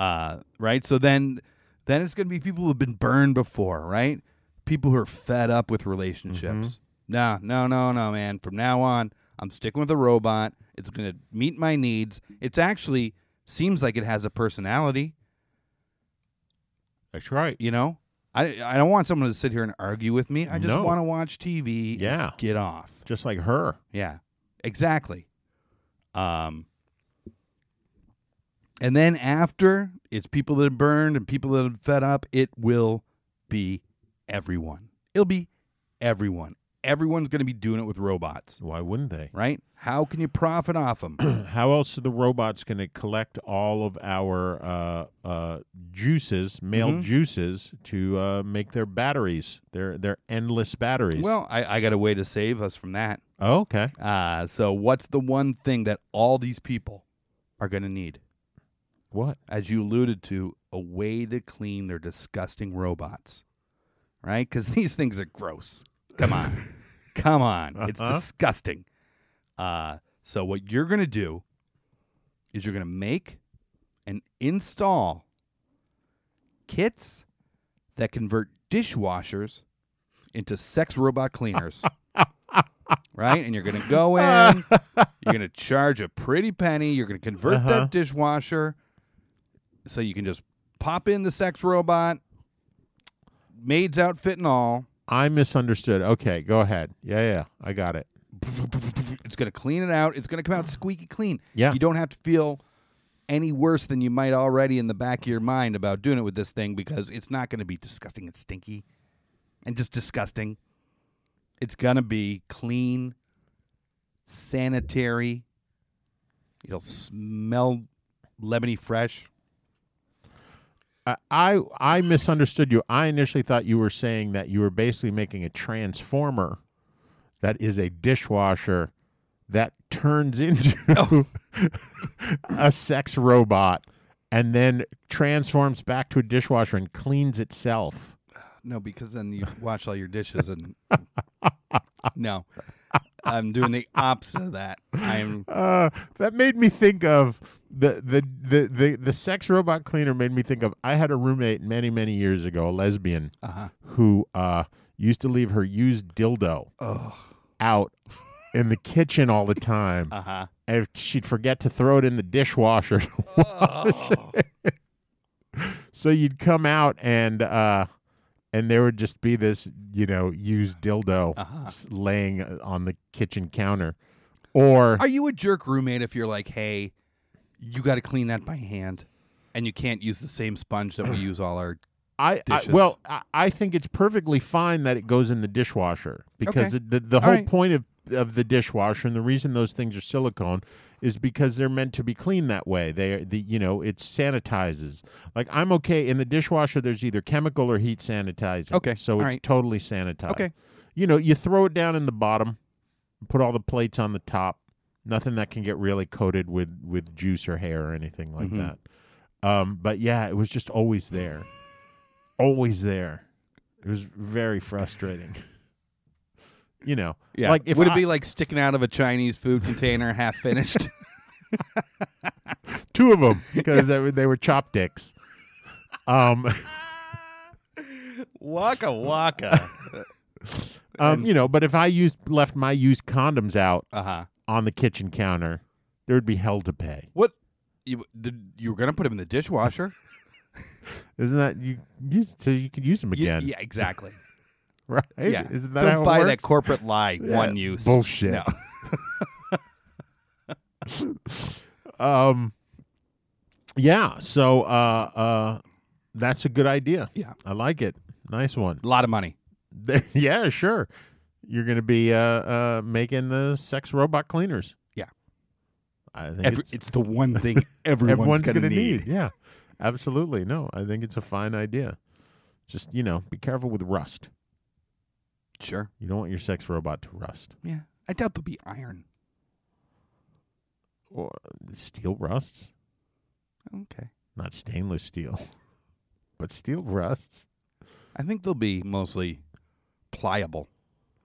Uh, right. So then, then it's going to be people who've been burned before, right? People who are fed up with relationships.
Mm-hmm.
No, no, no, no, man. From now on, I'm sticking with a robot. It's going to meet my needs. It's actually seems like it has a personality.
That's right.
You know, I I don't want someone to sit here and argue with me. I just
No.
want to watch TV. and
Yeah.
Get off.
Just like her.
Yeah, exactly. Um, and then after it's people that are burned and people that are fed up, it will be everyone. It'll be everyone. Everyone's going to be doing it with robots,
Why wouldn't they?
right? How can you profit off them?
How else are the robots going to collect all of our uh, uh, juices, male juices, to uh, make their batteries, their their endless batteries?
well, I, I got a way to save us from that.
oh, okay.
Uh, so, what's the one thing that all these people are going to need?
What?
as you alluded to, a way to clean their disgusting robots, right? Because these things are gross. Come on, come on, it's disgusting. Uh, so what you're gonna do is you're gonna make and install kits that convert dishwashers into sex robot cleaners. Right, and you're gonna go in. You're gonna charge a pretty penny. You're gonna convert that dishwasher so you can just pop in the sex robot, maid's outfit and all.
I misunderstood. Okay, go ahead. Yeah, yeah, I got it.
It's gonna clean it out. It's gonna come out squeaky clean.
Yeah.
you don't have to feel any worse than you might already in the back of your mind about doing it with this thing because it's not gonna be disgusting and stinky, and just disgusting. It's gonna be clean, sanitary. It'll smell lemony fresh.
I, I I misunderstood you. I initially thought you were saying that you were basically making a transformer that is a dishwasher that turns into a sex robot and then transforms back to a dishwasher and cleans itself.
No, because then you wash all your dishes and no, I'm doing the opposite of that. I'm
Uh, that made me think of the the, the the the sex robot cleaner made me think of I had a roommate many many years ago, a lesbian, who uh, used to leave her used dildo out in the kitchen all the time,
Uh.
uh-huh. and she'd forget to throw it in the dishwasher. to
Oh.
wash it. so you'd come out and. Uh, and there would just be this, you know, used dildo s- laying uh, on the kitchen counter, or
are you a jerk roommate if you're like, hey, you got to clean that by hand, and you can't use the same sponge that we use all our.
I, I
dishes.
well, I, I think it's perfectly fine that it goes in the dishwasher because
Okay.
it- the, the
All
whole
right.
point of of the dishwasher, and the reason those things are silicone is because they're meant to be cleaned that way. They are the you know it sanitizes. Like I'm okay in the dishwasher. There's either chemical or heat sanitizing.
Okay,
so
all
it's
right.
totally sanitized.
Okay.
you know you throw it down in the bottom, put all the plates on the top. Nothing that can get really coated with with juice or hair or anything
Mm-hmm.
like that. Um, but yeah, it was just always there, always there. It was very frustrating. you know,
Yeah.
like if
would
I-
it be like sticking out of a Chinese food container half finished?
two of them because they, were- they were chop dicks. Um,
waka waka.
um, you know, but if I used left my used condoms out
Uh huh.
on the kitchen counter, there would be hell to pay.
What? You did, you were gonna put them in the dishwasher?
Isn't that you? Use, so you could use them
You-
again,
yeah, exactly.
right?
Yeah.
Isn't that
Don't
how it
buy
works?
that corporate lie.
Yeah,
One use.
bullshit.
No.
um, yeah. So uh, uh, that's a good idea.
Yeah.
I like it. Nice one.
A lot of money.
yeah, sure. You're going to be uh, uh, making the sex robot cleaners.
Yeah.
I think
Every,
it's,
it's, the one thing everyone's,
everyone's
gonna, need.
Yeah, absolutely. No, I think it's a fine idea. Just you know, be careful with rust.
Sure.
You don't want your sex robot to rust.
Yeah. I doubt there'll be iron.
Or steel rusts,
Okay.
not stainless steel, but steel rusts.
I think they'll be mostly pliable.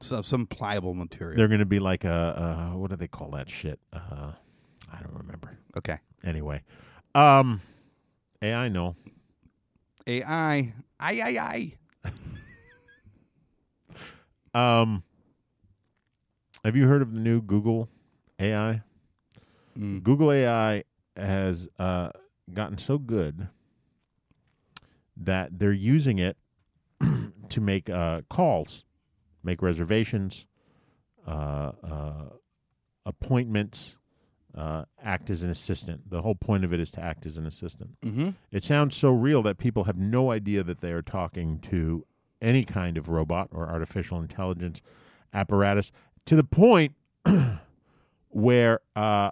So some pliable material.
They're going to be like a, uh what do they call that shit? Uh, I don't remember.
okay.
Anyway, um, AI no.
AI. I I I.
Um, have you heard of the new Google AI?
Mm.
Google AI has uh, gotten so good that they're using it to make uh, calls, make reservations, uh, uh, appointments, uh, act as an assistant. The whole point of it is to act as an assistant.
Mhm.
It sounds so real that people have no idea that they are talking to any kind of robot or artificial intelligence apparatus to the point where uh,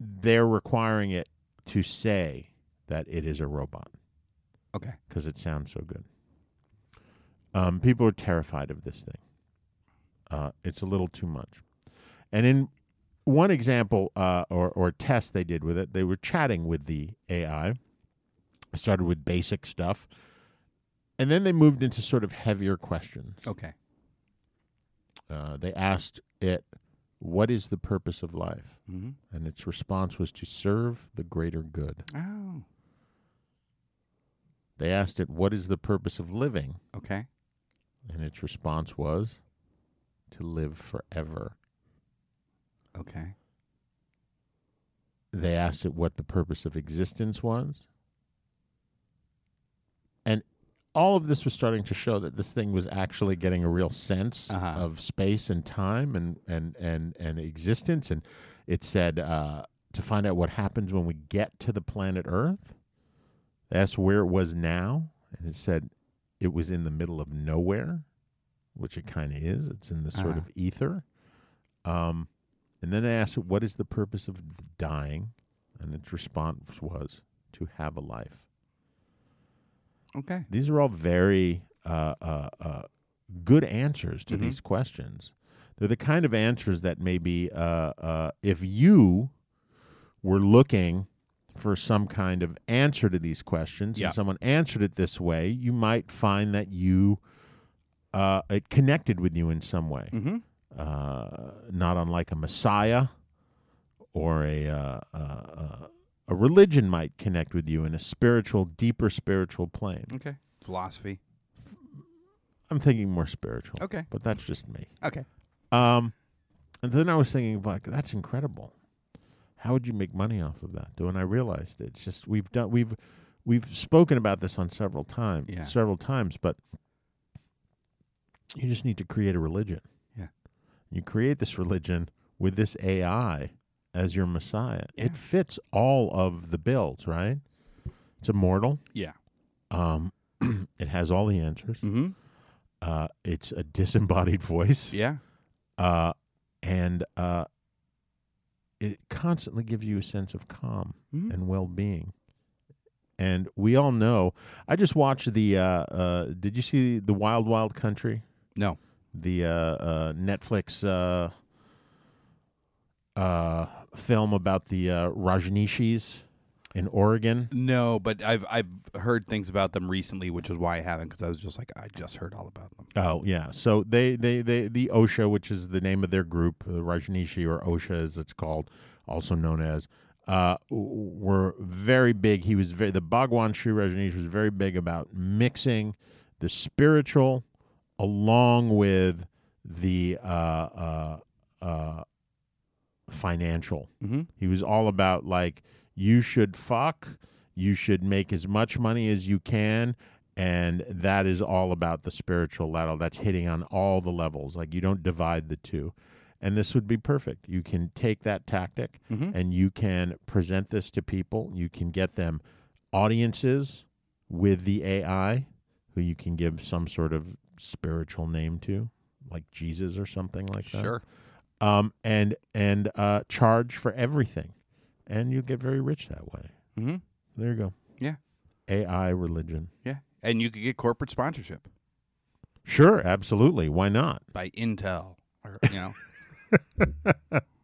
they're requiring it to say that it is a robot
Okay.
because it sounds so good. Um, people are terrified of this thing. Uh, it's a little too much. And in one example uh, or, or test they did with it, they were chatting with the AI. It started with basic stuff. And then they moved into sort of heavier questions.
Okay.
Uh, they asked it, What is the purpose of life?
Mhm.
And its response was to serve the greater good.
Oh.
They asked it, What is the purpose of living?
Okay.
And its response was to live forever.
Okay.
They asked it what the purpose of existence was. And all of this was starting to show that this thing was actually getting a real sense
Uh-huh.
of space and time and, and, and, and existence. And it said uh, to find out what happens when we get to the planet Earth. That's where it was now. And it said it was in the middle of nowhere, which it kind of is. It's in the sort
Uh-huh.
of ether. Um, and then I asked it, what is the purpose of dying? And its response was to have a life.
Okay.
These are all very uh, uh, uh, good answers
Mm-hmm.
to these questions. They're the kind of answers that maybe uh, uh, if you were looking for some kind of answer to these questions
Yeah.
and someone answered it this way, you might find that you uh, it connected with you in some way,
Mhm.
uh, not unlike a messiah or a uh, uh, uh, a religion might connect with you in a spiritual, deeper spiritual plane.
Okay. Philosophy.
I'm thinking more spiritual.
Okay.
But that's just me.
Okay.
Um, and then I was thinking, like, that's incredible. How would you make money off of that? And I realized it's just we've done we've we've spoken about this on several times,
Yeah.
several times, but you just need to create a religion.
Yeah.
You create this religion with this AI as your messiah.
Yeah.
It fits all of the bills, right? It's immortal.
Yeah.
Um, it has all the answers.
Mhm.
Uh, it's a disembodied voice.
Yeah.
uh, and uh, it constantly gives you a sense of calm and well-being. And we all know. I just watched the. Uh, uh, did you see the Wild Wild Country?
No.
the uh, uh, Netflix uh, uh, film about the uh, Rajneeshis in Oregon.
No, but I've I've heard things about them recently, which is why I haven't because I was just like I just heard all about them.
Oh yeah, so they they they the OSHA, which is the name of their group, the Rajneeshi or OSHA as it's called, also known as, uh, w- were very big. He was very the Bhagwan Sri Rajneesh was very big about mixing the spiritual along with the uh, uh, uh, financial. He was all about like you should fuck, you should make as much money as you can, and that is all about the spiritual level. That's hitting on all the levels. Like you don't divide the two. And this would be perfect. You can take that tactic and you can present this to people. You can get them audiences with the AI who you can give some sort of spiritual name to, like Jesus or something like that
Sure.
um, and and uh, charge for everything, and you get very rich that way.
Mm-hmm.
There you go.
Yeah.
AI religion.
Yeah. And you could get corporate sponsorship
Sure, absolutely. Why not?
by Intel or you know.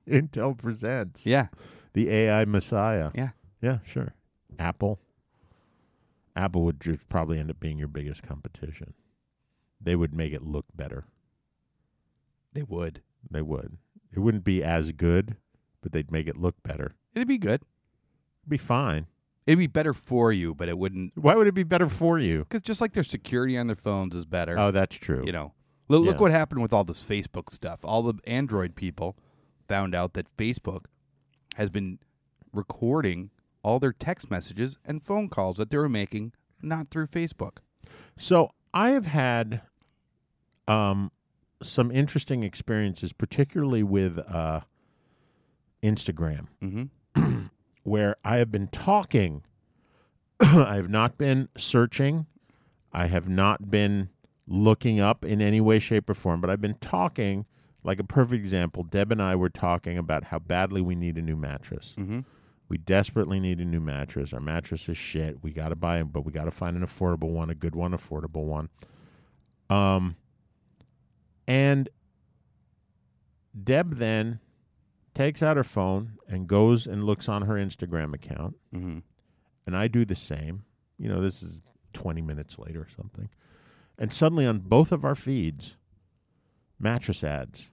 Intel presents.
yeah.
The AI Messiah.
Yeah.
Yeah, sure. Apple. Apple would just probably end up being your biggest competition. They would make it look better.
They would.
They would. It wouldn't be as good, but they'd make it look better.
It'd be good.
It'd be fine.
It'd be better for you, but it wouldn't
Why would it be better for you?
because just like their security on their phones is better.
Oh, that's true.
you know, look, look
Yeah.
what happened with all this Facebook stuff. All the Android people found out that Facebook has been recording all their text messages and phone calls that they were making not through Facebook.
So I have had um, some interesting experiences, particularly with uh, Instagram,
Mhm.
where I have been talking. I have not been searching. I have not been looking up in any way, shape, or form, but I've been talking. Like a perfect example, Deb and I were talking about how badly we need a new mattress.
Mm-hmm.
We desperately need a new mattress. Our mattress is shit. We got to buy it, but we got to find an affordable one, a good one, affordable one. Um, and Deb then takes out her phone and goes and looks on her Instagram account.
Mhm.
And I do the same. You know, this is 20 minutes later or something. And suddenly on both of our feeds, mattress ads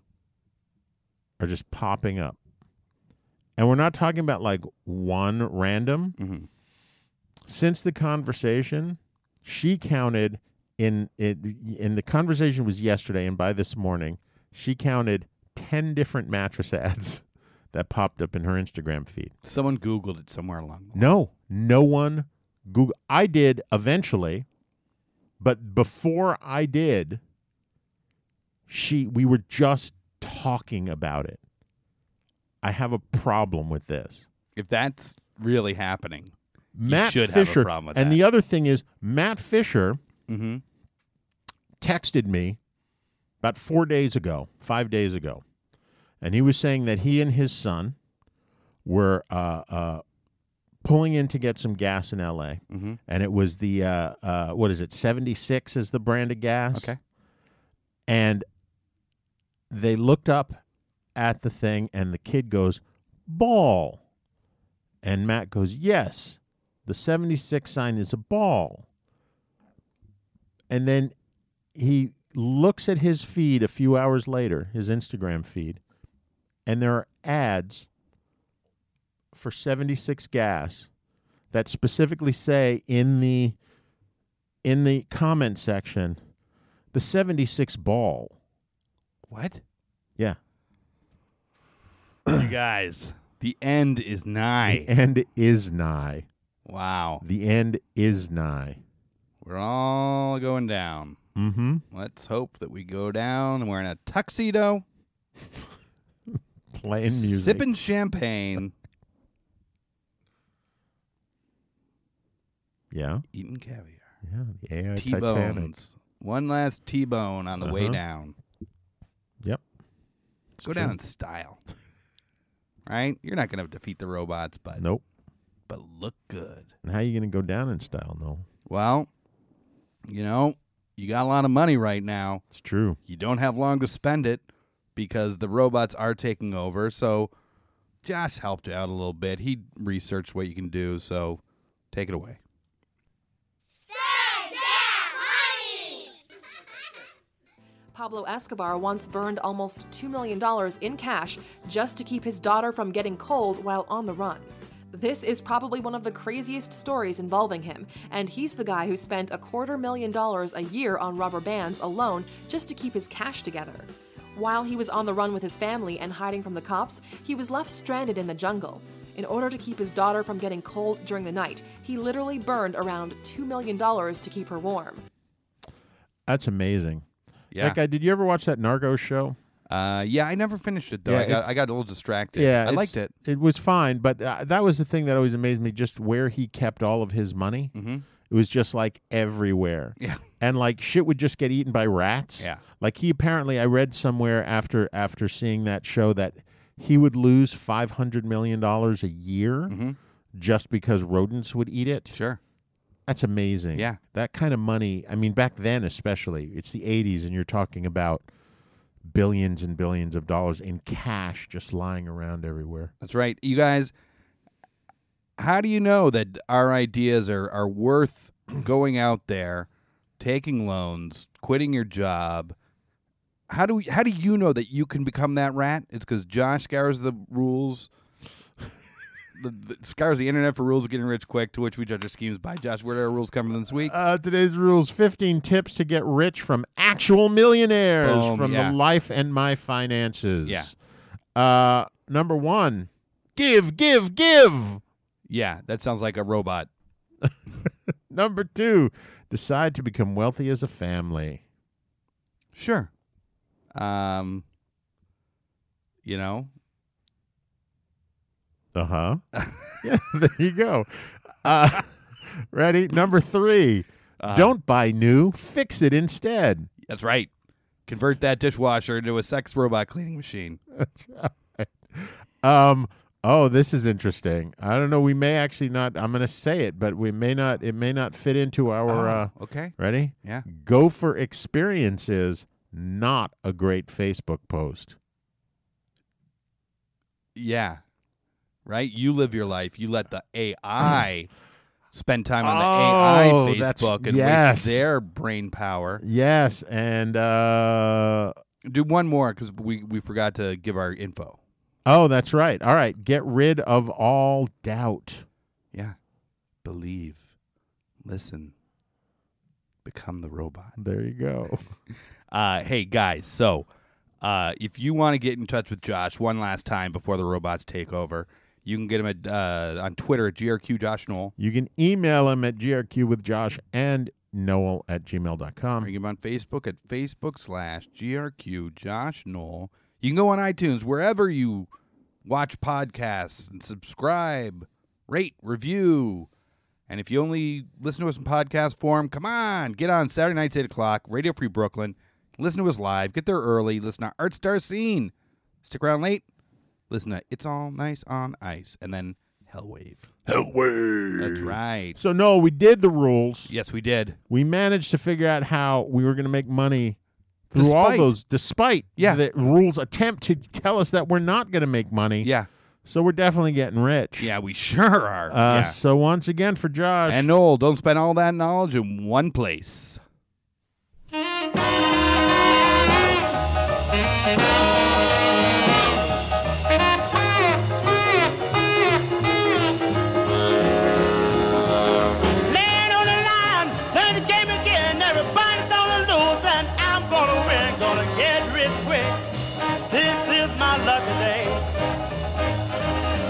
are just popping up. And we're not talking about like one random.
Mhm.
Since the conversation, she counted in it in the conversation was yesterday and by this morning, she counted 10 different mattress ads that popped up in her Instagram feed.
Someone Googled it somewhere along the
No, no one Google. I did eventually, but before I did, she we were just talking about it. I have a problem with this.
If that's really happening,
Matt
should have a
Fisher,
problem with
and
that.
the other thing is Matt Fisher
mm-hmm.
texted me about four days ago, five days ago, and he was saying that he and his son were uh, uh, pulling in to get some gas in L.A.
Mm-hmm.
and it was the uh, uh, what is it, seventy six is the brand of gas.
Okay.
and they looked up at the thing, and the kid goes ball, and Matt goes yes. The 76 sign is a ball. And then he looks at his feed a few hours later, his Instagram feed, and there are ads for 76 gas that specifically say in the in the comment section the 76 ball.
what
Yeah.
you guys? The end is
The
nigh.
end is nigh.
Wow,
The end is nigh.
we're all going down.
Mhm.
Let's hope that we go down wearing a tuxedo,
Playing music.
sipping champagne,
Yeah.
eating caviar.
Yeah. The AI
T
Uh, Titanic.
bones. One last T bone on the way
Uh-huh.
down.
Yep.
Go down in style. Right? You're not going to defeat the robots, but
Nope.
but look good.
And how are you going to go down in style? No,
Well, you know, you got a lot of money right now.
it's true.
You don't have long to spend it because the robots are taking over. So Josh helped you out a little bit. He researched what you can do, so take it away.
Pablo Escobar once burned almost $2 million in cash just to keep his daughter from getting cold while on the run. This is probably one of the craziest stories involving him, and he's the guy who spent a quarter million dollars a year on rubber bands alone just to keep his cash together. While he was on the run with his family and hiding from the cops, he was left stranded in the jungle. In order to keep his daughter from getting cold during the night, he literally burned around $2 million to keep her warm.
That's amazing.
Yeah.
That guy, did you ever watch that Narcos show?
Uh, yeah, I never finished it though.
Yeah,
I got
it's-
I got a little distracted.
Yeah,
I
it's-
liked it.
It was fine, but uh, that was the thing that always amazed me: just where he kept all of his money. Mm-hmm. It was just like everywhere.
Yeah.
and like shit would just get eaten by rats.
Yeah.
like he apparently, I read somewhere after after seeing that show that he would lose five hundred million dollars a year just because rodents would eat it.
Mm-hmm. Sure.
That's amazing.
Yeah.
That kind of money, I mean, back then especially, it's the 80s, and you're talking about billions and billions of dollars in cash just lying around everywhere.
That's right. You guys, how do you know that our ideas are, are worth going out there, taking loans, quitting your job? How do we, how do you know that you can become that rat? It's because Josh scours the rules, the, the, scours the internet for rules of getting rich quick. To which we judge our schemes by Josh. Where do our rules come from this week?
Uh, today's rules 15 tips to get rich from actual millionaires
Boom,
from
yeah.
the life and my finances.
Yeah.
Uh, number one, give, give, give.
yeah, that sounds like a robot.
Number two, decide to become wealthy as a family.
Sure. Um, you know,
Uh huh. yeah, there you go. Uh, ready? Number 3
Uh-huh.
Don't buy new, fix it instead.
That's right. Convert that dishwasher into a sex robot cleaning machine.
Um, oh, this is interesting. I don't know. We may actually not, I'm going to say it, but we may not, it may not fit into our, uh,
Oh, okay.
ready?
Yeah.
Go for experiences, not a great Facebook post.
Yeah. Right? You live your life. You let the AI spend time on the
Oh,
AI
that's-
Facebook and
yes.
waste their brain power.
Yes. And, uh,
Do one more because we, we forgot to give our info.
oh, that's right. All right. Get rid of all doubt.
Yeah. Believe. Listen. Become the robot.
There you go.
Uh, hey guys, so uh, if you want to get in touch with Josh one last time before the robots take over, you can get him at, uh, on Twitter at grq Josh Knoll,
You can email him at grq with Josh and Noel at
or you
gmail.com.
can get him on Facebook at Facebook slash grq Josh Knoll. You can go on iTunes wherever you watch podcasts and subscribe, rate, review. And if you only listen to us in podcast form, come on, get on Saturday nights eight o'clock, Radio Free Brooklyn. Listen to us live. Get there early. Listen to Art Star Scene. Stick around late. Listen to It's All Nice on Ice, and then Hellwave. Hellwave. That's right.
So, Noel, we did the rules.
Yes, we did.
We managed to figure out how we were going to make money through all
Despite-
those, despite
Yeah.
the rules attempt to tell us that we're not going to make money.
Yeah,
So, we're definitely getting rich.
yeah, we sure are.
Uh,
yeah.
So, once again, for Josh.
And Noel, don't spend all that knowledge in one place.
Laying on the line, play the game again. Everybody's gonna lose, and I'm gonna win. Gonna get rich quick. This is my lucky day.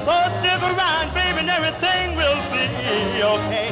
So stick around, baby, and everything will be okay.